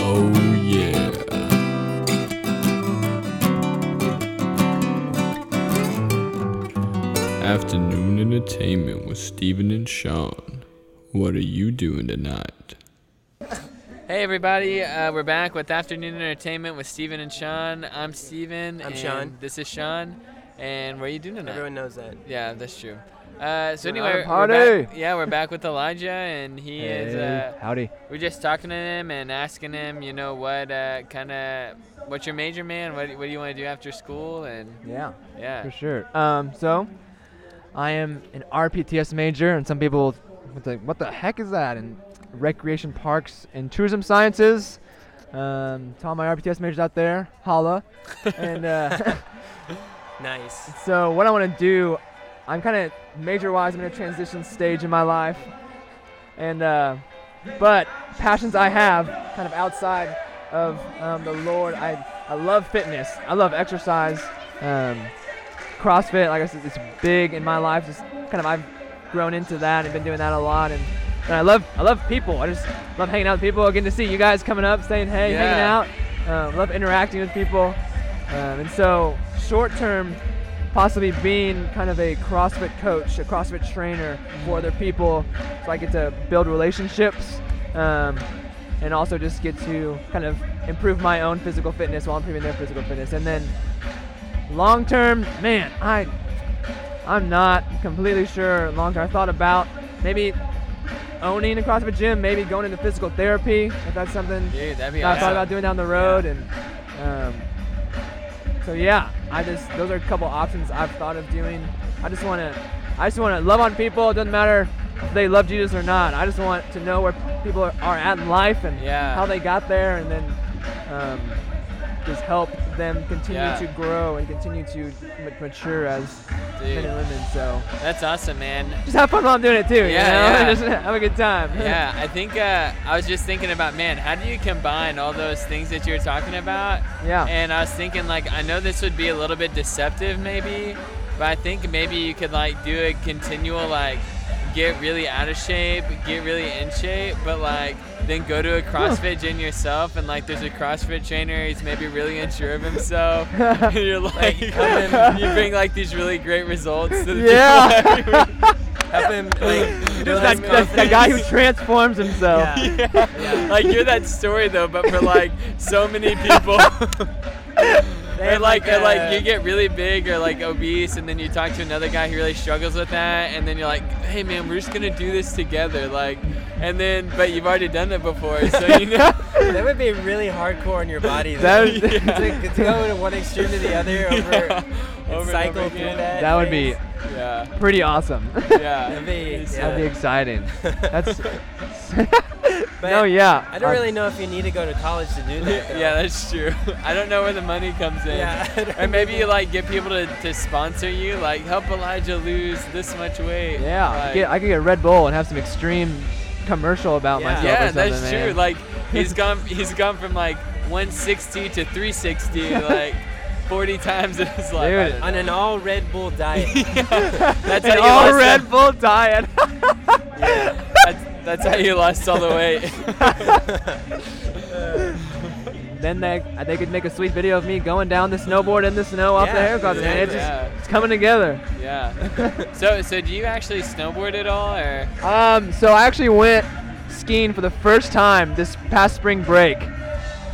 Oh, Entertainment with Steven and Sean. What are you doing tonight? Hey everybody, uh, we're back with Afternoon Entertainment with Steven and Sean. I'm Steven. I'm and Sean. This is Sean. And what are you doing tonight? Everyone knows that. Yeah, that's true. Uh, so We're anyway, on a we're party! back- yeah, we're back with Elijah, and he is. Hey, Uh, howdy. we're just talking to him and asking him, you know, what uh, kind of, what's your major, man? What, what do you want to do after school? And Yeah, yeah, for sure. Um, so I am an RPTS major, and some people would think, "What the heck is that?" And recreation parks and tourism sciences. Um, to all my RPTS majors out there, holla. and uh, Nice. so, what I want to do, I'm kind of major-wise. I'm in a transition stage in my life, and uh, but passions I have, kind of outside of um, the Lord. I I love fitness. I love exercise. Um, CrossFit, like I said, it's big in my life. Just kind of I've grown into that and been doing that a lot. And, and I love I love people. I just love hanging out with people. Getting to see you guys coming up, saying hey, Yeah. hanging out. Um, love interacting with people. Um, and so short term, possibly being kind of a CrossFit coach, a CrossFit trainer for other people, so I get to build relationships. Um, and also just get to kind of improve my own physical fitness while improving their physical fitness. And then long term, man, I I'm not completely sure long term. I thought about maybe owning a CrossFit gym, maybe going into physical therapy if that's something dude, that'd be that I awesome. thought about doing down the road. And um, so yeah, I just those are a couple options I've thought of doing. I just want to, I just want to love on people. It doesn't matter if they love Jesus or not. I just want to know where people are, are at in life and Yeah. how they got there, and then um, just help them continue Yeah. to grow and continue to ma- mature as men Dude, and women. So that's awesome, man. just have fun while I'm doing it too. you Yeah, know? yeah. just have a good time. yeah, I think uh, I was just thinking about, man, how do you combine all those things that you're talking about? Yeah. And I was thinking, like, I know this would be a little bit deceptive, maybe, but I think maybe you could, like, do a continual, like, get really out of shape, get really in shape, but, like, then go to a CrossFit gym yourself, and, like, there's a CrossFit trainer, he's maybe really unsure of himself. and you're like, you bring, like, these really great results to the Yeah. people. Have him like Just build that, his that, that guy who confidence. transforms himself. Yeah. "Oh, yeah. Like you're that story though, but for like so many people. or have, like, like, or like a- you get really big or like obese, and then you talk to another guy who really struggles with that, and then you're like, hey man, we're just gonna do this together, like, and then but you've already done it before, so you know. That would be really hardcore on your body. That though. is- to, to go to one extreme to the other over, Yeah. and Over and cycle over through again. that. That would be yeah, pretty awesome. yeah. That'd be- So- yeah. That'd be exciting. That's But no, yeah. I don't really know if you need to go to college to do that. though. Yeah, that's true. I don't know where the money comes in. Yeah, I don't or maybe you like get people to, to sponsor you, like help Elijah lose this much weight. Uh, Yeah, Like- get, I could get Red Bull and have some extreme commercial about Yeah. myself. or Yeah, something, that's man. true. Like he's gone he's gone from like 160 to 360 like 40 times in his life. I Dude. don't know. on an all Red Bull diet. That's how an you all lost Red Bull diet. That's, that's how you lost all the weight. then they uh, they could make a sweet video of me going down the snowboard in the snow off the Yeah, hair closet, man. It's just exactly. it's coming together. yeah. So so do you actually snowboard at all or Um, so I actually went skiing for the first time this past spring break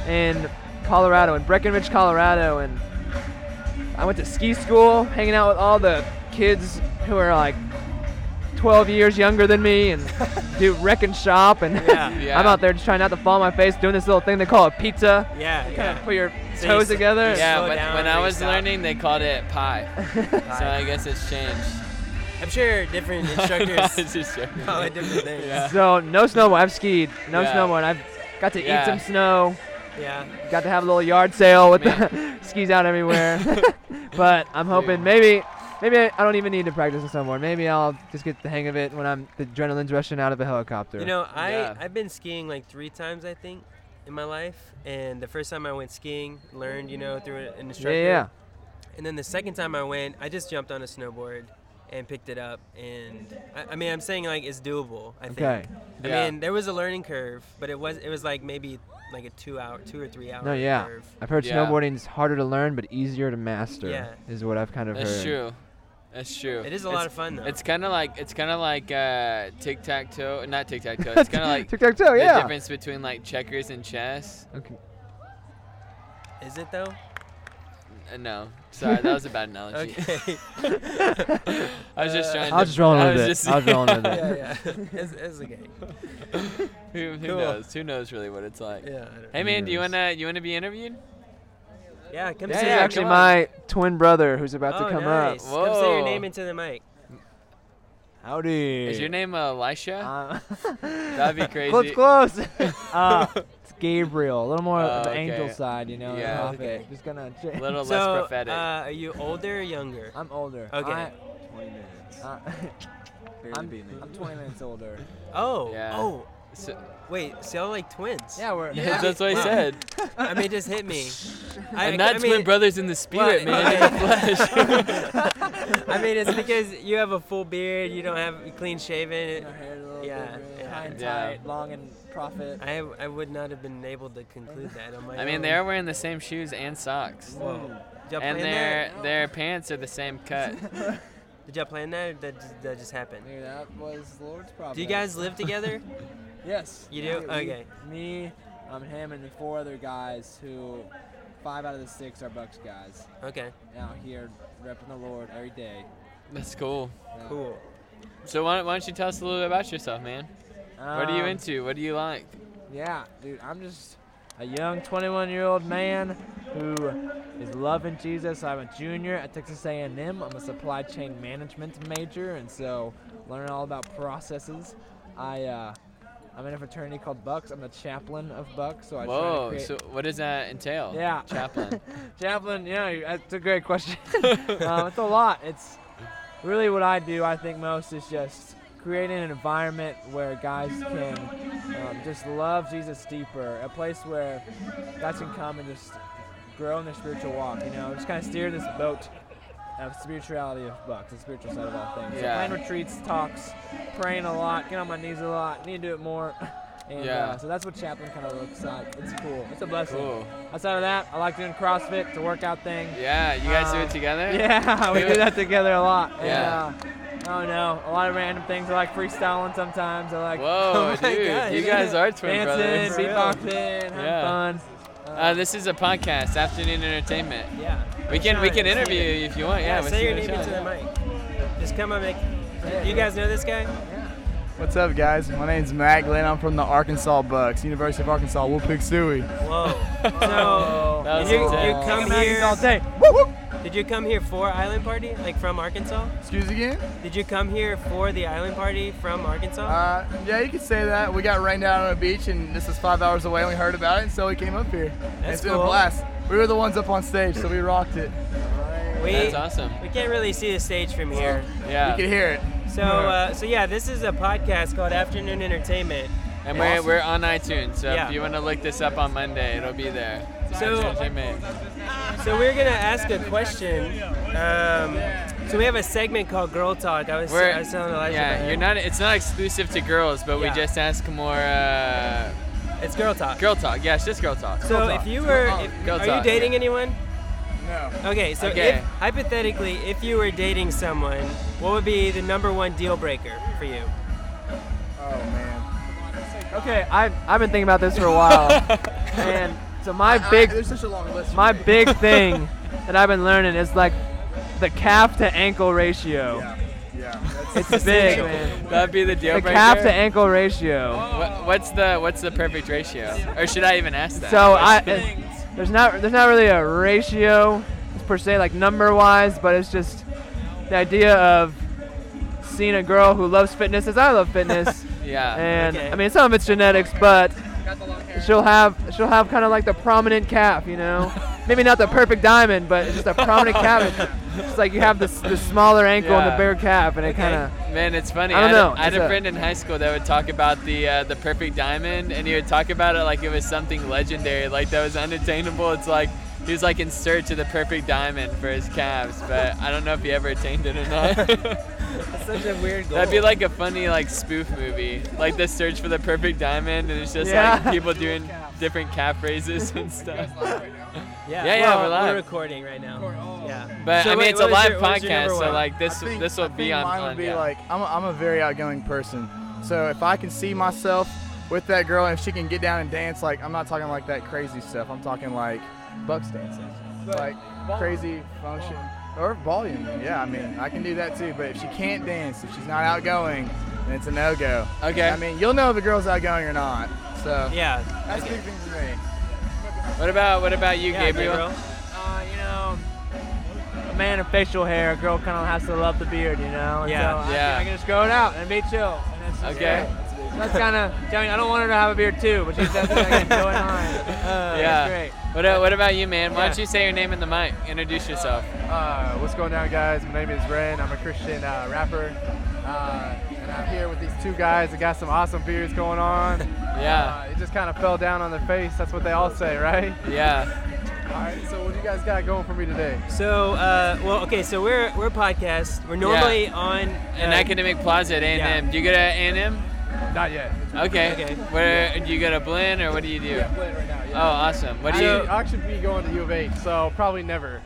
in Colorado, in Breckenridge, Colorado, and I went to ski school, hanging out with all the kids who are like 12 years younger than me, and do wreck and shop, and Yeah. Yeah. I'm out there just trying not to fall on my face, doing this little thing they call a pizza. Yeah, Kind of yeah. put your So you toes s- together. you Yeah, slow when, down when or I you was stop. learning they called it pie. So I guess it's changed. I'm sure different I instructors was just joking. call it different things. Yeah. So no snowboard. I've skied. No Yeah. snowboard. I've got to Yeah. eat some snow. Yeah. Got to have a little yard sale with the skis out everywhere. but I'm hoping maybe maybe I don't even need to practice in snowboard. Maybe I'll just get the hang of it when I'm the adrenaline's rushing out of a helicopter. You know, I Yeah. I've been skiing like three times I think in my life, and the first time I went skiing, learned you know through an yeah, instructor. yeah. And then the second time I went, I just jumped on a snowboard and picked it up, and I, I mean I'm saying like it's doable. I Okay. think. I Yeah. mean there was a learning curve, but it was it was like maybe like a two hour, two or three hour No, yeah. curve. I've heard Yeah. snowboarding's harder to learn but easier to master. Yeah. Is what I've kind of That's heard. true. That's true. It is a It's- lot of fun though. It's kind of like it's kind of like uh, tic tac toe, not tic tac toe. It's kind of like tic tac Oh, toe. Yeah. the difference between like checkers and chess. Okay. is it though? Uh, no, sorry, that was a bad analogy. Okay. I was just trying. I to, was just rolling I with was it. just- I was rolling with it. yeah, yeah. It's, it's okay. who who Cool. knows? Who knows really what it's like? Yeah. I don't Hey man, do you Yes. wanna you wanna be interviewed? yeah. Come This say is yeah, your- actually come on. my twin brother who's about oh, to come nice. up. Come say your Whoa. name into the mic. Howdy. Is your name Elisha? Uh, That'd be crazy. Close, close. uh, it's Gabriel, a little more of Oh, the angel okay. side, you know. Yeah. prophet. Just gonna. A little so, less prophetic. Uh, are you older or younger? I'm older. Okay. I, 20 minutes. uh, Barely I'm, beating it. I'm 20 minutes older. Oh. Yeah. Oh. So- Wait. So y'all like twins? Yeah, we're. that's what I said. I mean, it just hit me. I, and not I twin mean, brothers in the spirit, man, in the flesh. I mean, it's because you have a full beard. You don't have clean shaven. Our hair a little Yeah, bigger, yeah. high and Yeah. tight, long and prophet. I I would not have been able to conclude that on my. I mean, own. they are wearing the same shoes and socks, Whoa. Did y'all and plan their that? their pants are the same cut. Did y'all plan that? Or that just, that just happened. Dude, that was Lord's prophet. Do you guys live together? Yes. You Yeah, do? we- Okay. Me, um, him, and the four other guys who, five out of the six are Bucks guys. okay. Out here repping the Lord every day. That's cool. Yeah. Cool. So why, why don't you tell us a little bit about yourself, man? What are you Um, into? What do you like? Yeah, dude, I'm just a young 21 year old man who is loving Jesus. I'm a junior at Texas A&M. I'm a supply chain management major, and so learning all about processes. I uh, I'm in a fraternity called Bucks. I'm the chaplain of Bucks, so I try to Whoa. create. So what does that entail? yeah, Chaplain. chaplain. Yeah, you- that's a great question. um, it's a lot. It's really what I do. I think most is just creating an environment where guys can um, just love Jesus deeper, a place where guys can come and just grow in their spiritual walk. You know, just kind of steer this boat of spirituality of bucks, the spiritual side of all things. So Yeah. plan retreats, talks, praying a lot, get on my knees a lot, need to do it more. And, Yeah. uh, so that's what chaplain kind of looks like. It's cool. It's a blessing. Cool. Outside of that, I like doing CrossFit, the workout thing. Yeah. You guys do Uh, Um, it together? Yeah, we do that together a lot. And, Yeah. uh, I don't know, a lot of random things. I like freestyling sometimes. I like Whoa, Oh my dude. gosh. You guys are twin dancing, brothers. be- beatboxing, having Yeah. fun. Uh, Uh, this is a podcast, afternoon entertainment. Yeah. We can we can Sean, interview say it. you if you want. Yeah. Yeah. we'll say your see name what into you the want. mic. Just come on, mic. You guys know this guy? What's up, guys? My name's Matt Glenn. I'm from the Arkansas Bucks, University of Arkansas, Wapixui. Whoa. So That was did you, you intense. come Maggie's all here? day. Did you come here for Island Party? Like from Arkansas? Excuse again? Did you come here for the Island Party from Arkansas? Uh, yeah, you could say that. We got rained out on a beach, and this is five hours away, and we heard about it, and so we came up here. And That's it's been cool. a blast. We were the ones up on stage, so we rocked it. we That's awesome. we can't really see the stage from here. Yeah. You could hear it. So uh, so yeah, this is a podcast called Afternoon Entertainment. And we're, we're on iTunes, so Yeah. if you want to look this up on Monday, it'll be there. So- That's what you made. So we're gonna ask a question. Um, so we have a segment called Girl Talk. I was, We're- I was telling Elijah. about yeah, it. you're not. It's not exclusive to girls, but we Yeah. just ask more uh, It's Girl Talk. girl talk. Yeah, it's just girl talk. so Girl if Talk. you were, Girl if, Girl are you Talk, dating yeah. anyone? No. Okay, so Okay. If, hypothetically, if you were dating someone, what would be the number one deal breaker for you? Oh, man. Okay, I've, I've been thinking about this for a while. and so my big there's such a long list. for my me. big thing that I've been learning is like the calf to ankle ratio. Yeah. Yeah. It's That's, big, man. That'd be the deal The breaker. calf to ankle Oh, ratio. What, what's the what's the perfect ratio? Or should I even ask that? So I, What's the- it- there's not there's not really a ratio per se like number wise, but it's just the idea of seeing a girl who loves fitness as I love fitness, yeah. and Okay. I mean some of it's genetics, but she'll have she'll have kind of like the prominent calf, you know. Maybe not the perfect diamond, but just a prominent calf. It's just like you have this the smaller ankle and Yeah. the bigger calf, and it Okay. kind of Man, it's funny. Eh. I don't had a- know. I had It's a a- friend in high school that would talk about the uh, the perfect diamond, and he would talk about it like it was something legendary, like that was unattainable. It's like he was like in search of the perfect diamond for his calves, but I don't know if he ever attained it or not. That's such a weird goal. That'd be like a funny like spoof movie, like the search for the perfect diamond, and it's just Yeah. like people doing different calf raises and stuff. yeah, yeah, yeah, well, we're live. recording right now. Yeah. But So I mean, wait, it's a what was live your- what was your podcast, number so one? like this I think- this I will think be on. Mine would on- be yeah. like I'm a, I'm a very outgoing person, so if I can see myself with that girl and if she can get down and dance, like I'm not talking like that crazy stuff. I'm talking like bucks dancing, like crazy function or volume. Yeah, I mean I can do that too. But if she can't dance, if she's not outgoing, then it's a no go. Okay. I mean you'll know if a girl's outgoing or not. So Yeah. that's big thing for me. What about what about you, Yeah, Gabriel? Gabriel. Uh, you know, a man of facial hair, a girl kind of has to love the beard, you know? And Yeah. so I can- Yeah. I, can just grow it out and be chill. And that's just- Okay. That's kind of, I mean, I don't want her to have a beard too, but she's definitely like, going on. Uh, yeah. That's great. What a- what about you, man? Why Yeah. don't you say your name in the mic? Introduce yourself. Uh, what's going on, guys? My name is Ren. I'm a Christian uh, rapper, uh, and I'm here with these two guys that got some awesome beards going on. Yeah. Uh, it just kind of fell down on their face. That's what they all say, right? Yeah. All right. So what do you guys got going for me today? So, uh, well, okay. So we're we're a podcast. We're normally on An uh, academic plaza at A&M. Do you go to A&M? Not yet. Okay. Okay. Where do you go to Blinn or what do you do? Oh, awesome. What do I, you? I should be going to U of H, so probably never.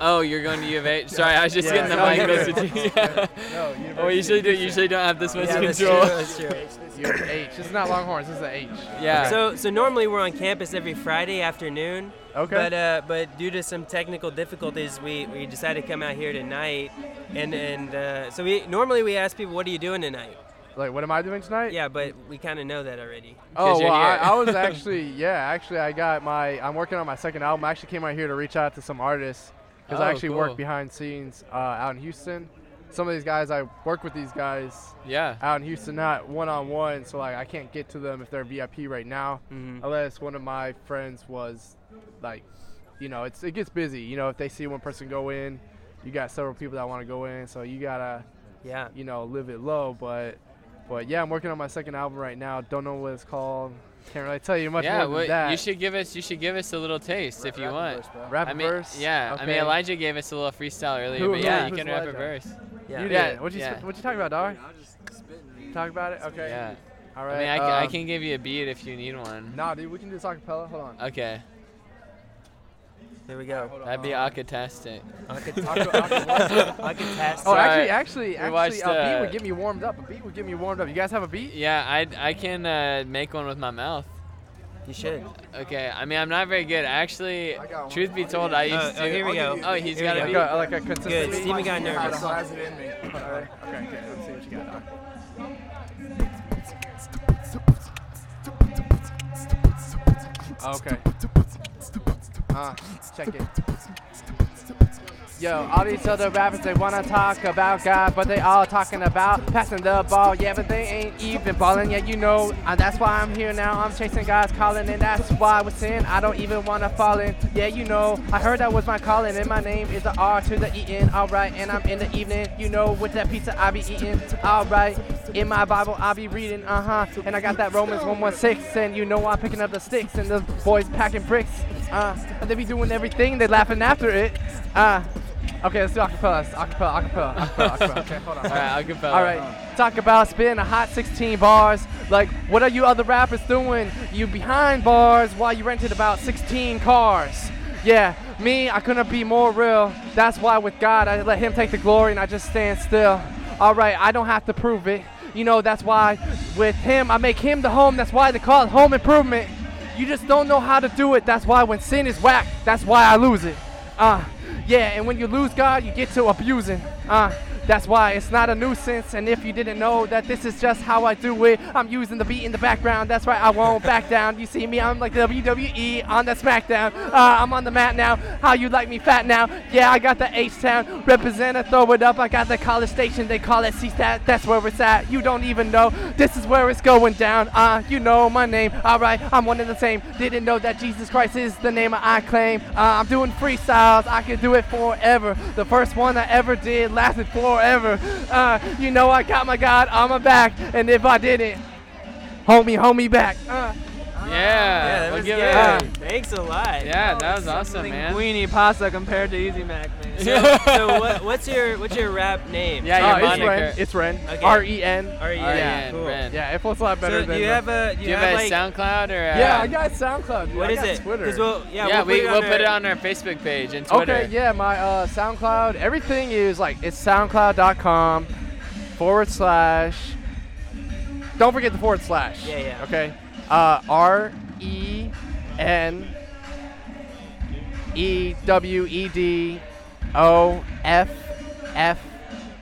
Oh, you're going to U of H. Sorry, I was just Yeah, getting the no, mic you're close to good. you. Yeah. No, Oh, we usually do. Usually don't have this much Yeah, that's true. control. That's true. U of H. This is not Longhorns. This is the H. Yeah. So, so normally we're on campus every Friday afternoon. Okay. But uh, but due to some technical difficulties, we, we decided to come out here tonight, and and uh, so we normally we ask people, what are you doing tonight? Like, what am I doing tonight? Yeah, but we kind of know that already. Oh you're well, I, here. I was actually yeah, actually I got my I'm working on my second album. I actually came out here to reach out to some artists because Oh, I actually cool. work behind scenes uh, out in Houston. Some of these guys I work with these guys yeah. out in Houston, not one on one, so like I can't get to them if they're VIP right now, Mm-hmm. unless one of my friends was like, you know, it's it gets busy. You know, if they see one person go in, you got several people that want to go in, so you gotta Yeah. you know, live it low. But, but yeah, I'm working on my second album right now. Don't know what it's called. Can't really tell you much Yeah. more than What, that. you should give us. You should give us a little taste if you want. rap I a mean, verse. yeah. I mean, Okay. Elijah gave us a little freestyle earlier, Who- but who- yeah, you who's can rap a Elijah? verse. You Yeah. did. Yeah, What you yeah. what you talking about, Dar? I'm just spitting. dude. Talk about it. Okay. Yeah. All I right. mean, I, ca- I um, can give you a beat if you need one. Nah, dude, we can do this acapella. Hold on. Okay. There we go. That'd be Uh-huh. acotastic. I can pass. Oh, Sorry. actually, actually, actually, watched, a uh, beat would get me warmed up. A beat would get me warmed up. You guys have a beat? Yeah, I I can uh, make one with my mouth. You should. Okay. I mean, I'm not very good. Actually, got one. truth be told, I used Oh, to. oh, here we go. Oh, he's Here got we a go. Like beat. a, like a consistent Good. beat? Steven got I nervous. don't have it in me. Alright, Okay, okay, let's see what you got. Dar. Okay. Uh, check it. Yo, all these other rappers, they wanna talk about God, but they all talking about passing the ball. Yeah, but they ain't even balling. Yeah, you know, uh, that's why I'm here now. I'm chasing God's calling, and that's why with sin, I don't even wanna fall in. Yeah, you know, I heard that was my calling, and my name is the R to the E N. Alright, and I'm in the evening, you know, with that pizza I be eating. Alright, in my Bible I be reading, uh huh. And I got that Romans 116, and you know I'm picking up the sticks, and the boys packing bricks. Uh, and they be doing everything, they laughing after it. Uh, Okay, let's do acapella. Let's Acapella, acapella, acapella, acapella. Okay, hold on. All right, acapella. All right, talk about spitting a hot 16 bars. Like, what are you other rappers doing? You behind bars while you rented about 16 cars. Yeah, me, I couldn't be more real. That's why with God, I let Him take the glory and I just stand still. All right, I don't have to prove it. You know, that's why with Him, I make Him the home. That's why they call it home improvement. You just don't know how to do it. That's why when sin is whack, that's why I lose it. Uh, yeah, and when you lose God, you get to abusing. Uh, that's why it's not a nuisance. And if you didn't know that this is just how I do it, I'm using the beat in the background. That's right, I won't back down. You see me, I'm like WWE E on the SmackDown. Uh, I'm on the mat now. How you like me fat now? Yeah, I got the H Town. Represent and throw it up. I got the college station. They call it CSAT. That's where it's at. You don't even know. This is where it's going down. Uh, you know my name. Alright, I'm one of the same. Didn't know that Jesus Christ is the name I claim. Uh, I'm doing freestyles. I can do it forever. The first one I ever did lasted forever. Uh, you know I got my God on my back. And if I didn't, hold me, hold me back. Uh, Yeah. Yeah, that Yeah, we'll was give good. it- Thanks a lot. Yeah, that was awesome, Something man. Weenie pasta compared to Easy Mac, man. So, so what, what's your what's your rap name? Yeah, Oh, your it's Ren. moniker. It's Ren. Okay. R E N. Are you, All right, yeah, yeah, cool. Ren. Yeah, it feels a lot better So than. do you have a do you Do you have have a like SoundCloud or? uh, yeah, I got SoundCloud. what I is got it? Twitter. 'Cause We'll, yeah, Yeah, we, we'll put it our- on our Facebook page and Twitter. Okay, yeah, my uh, SoundCloud, everything is like it's soundcloud.com forward slash. Don't forget the forward slash. Yeah, yeah. Okay. Uh, R E N E W E D O F F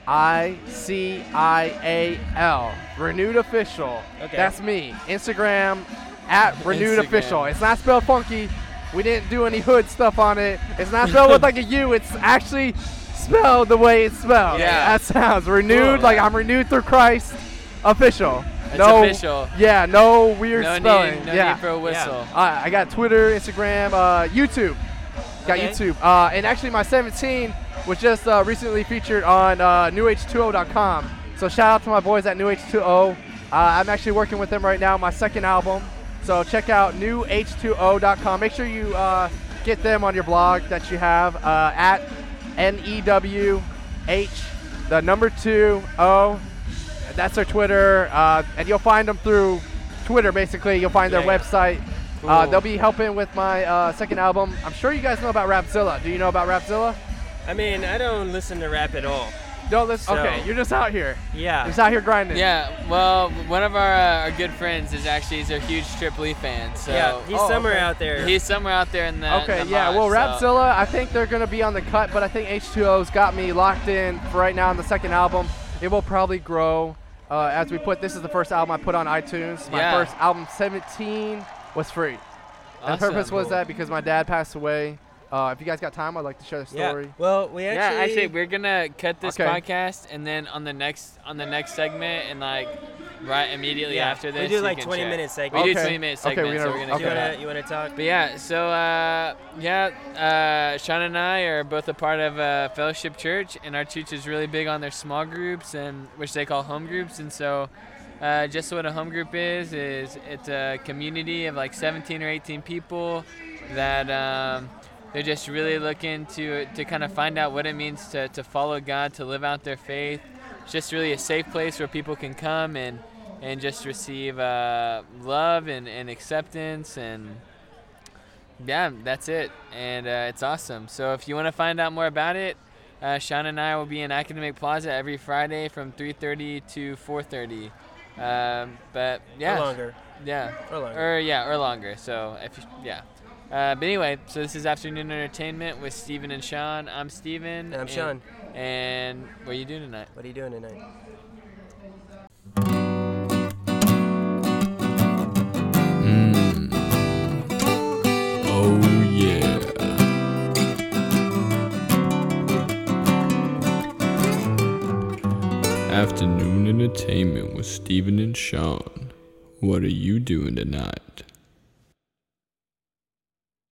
I C I A L. Renewed Official. Okay. That's me. Instagram at Renewed Instagram. Official. It's not spelled funky. We didn't do any hood stuff on it. It's not spelled with like a U. It's actually spelled the way it's spelled. Yeah. That sounds renewed. Cool. Like I'm renewed through Christ. Official. It's no, official. Yeah, no weird No spelling. need, no yeah. need for a whistle. I, I got Twitter, Instagram, uh, YouTube. Got Okay. YouTube. Uh, and actually, my 17 was just uh, recently featured on uh, newh20.com. So shout out to my boys at newh20. Uh, I'm actually working with them right now, my second album. So check out newh20.com. Make sure you uh, get them on your blog that you have uh, at N-E-W-H, the number two, O, that's their Twitter, uh, and you'll find them through Twitter. Basically, you'll find their Yeah, yeah. website. Uh, Cool. they'll be helping with my uh, second album. I'm sure you guys know about Rapzilla. Do you know about Rapzilla? I mean, I don't listen to rap at all. No, listen. Okay, So- you're just out here. Yeah. Just out here grinding. Yeah, well, one of our, uh, our good friends is actually he's a huge Trip Lee fan, so yeah, he's oh, somewhere okay. out there. he's somewhere out there in the Okay, the yeah. mosh, Well, so- Rapzilla, I think they're gonna be on the cut, but I think H2O's got me locked in for right now on the second album. It will probably grow uh, as we put. This is the first album I put on iTunes. My Yeah. first album, 17, was free. And The Awesome. purpose was that because my dad passed away. Uh, if you guys got time, I'd like to share the yeah. story. Well, we Yeah, actually. actually, we're gonna cut this Okay. podcast, and then on the next on the next segment, and like right immediately Yeah, after we this, do, you like, can 20 check. minute We segments. do Okay. twenty minute Okay, we're segments, so gonna- we're gonna okay. You cut wanna that. you wanna talk? But yeah, so uh, yeah, uh, Sean and I are both a part of uh, Fellowship Church, and our church is really big on their small groups, and which they call home groups. And so, uh, just what a home group is is it's a community of like 17 or 18 people that um, they're just really looking to to kind of find out what it means to to follow God, to live out their faith. It's just really a safe place where people can come and and just receive uh, love and, and acceptance and yeah, that's it. And uh, it's awesome. So if you want to find out more about it, uh, Sean and I will be in Academic Plaza every Friday from 3.30 to 4.30. Um, but yeah. Or longer. Yeah. Or longer. Or yeah, or longer. So if you, yeah. Uh, but anyway, so this is Afternoon Entertainment with Steven and Sean. I'm Steven. And I'm Sean. And what are you doing tonight? what are you doing tonight? Hmm. Oh yeah. Afternoon entertainment with Steven and Sean. What are you doing tonight?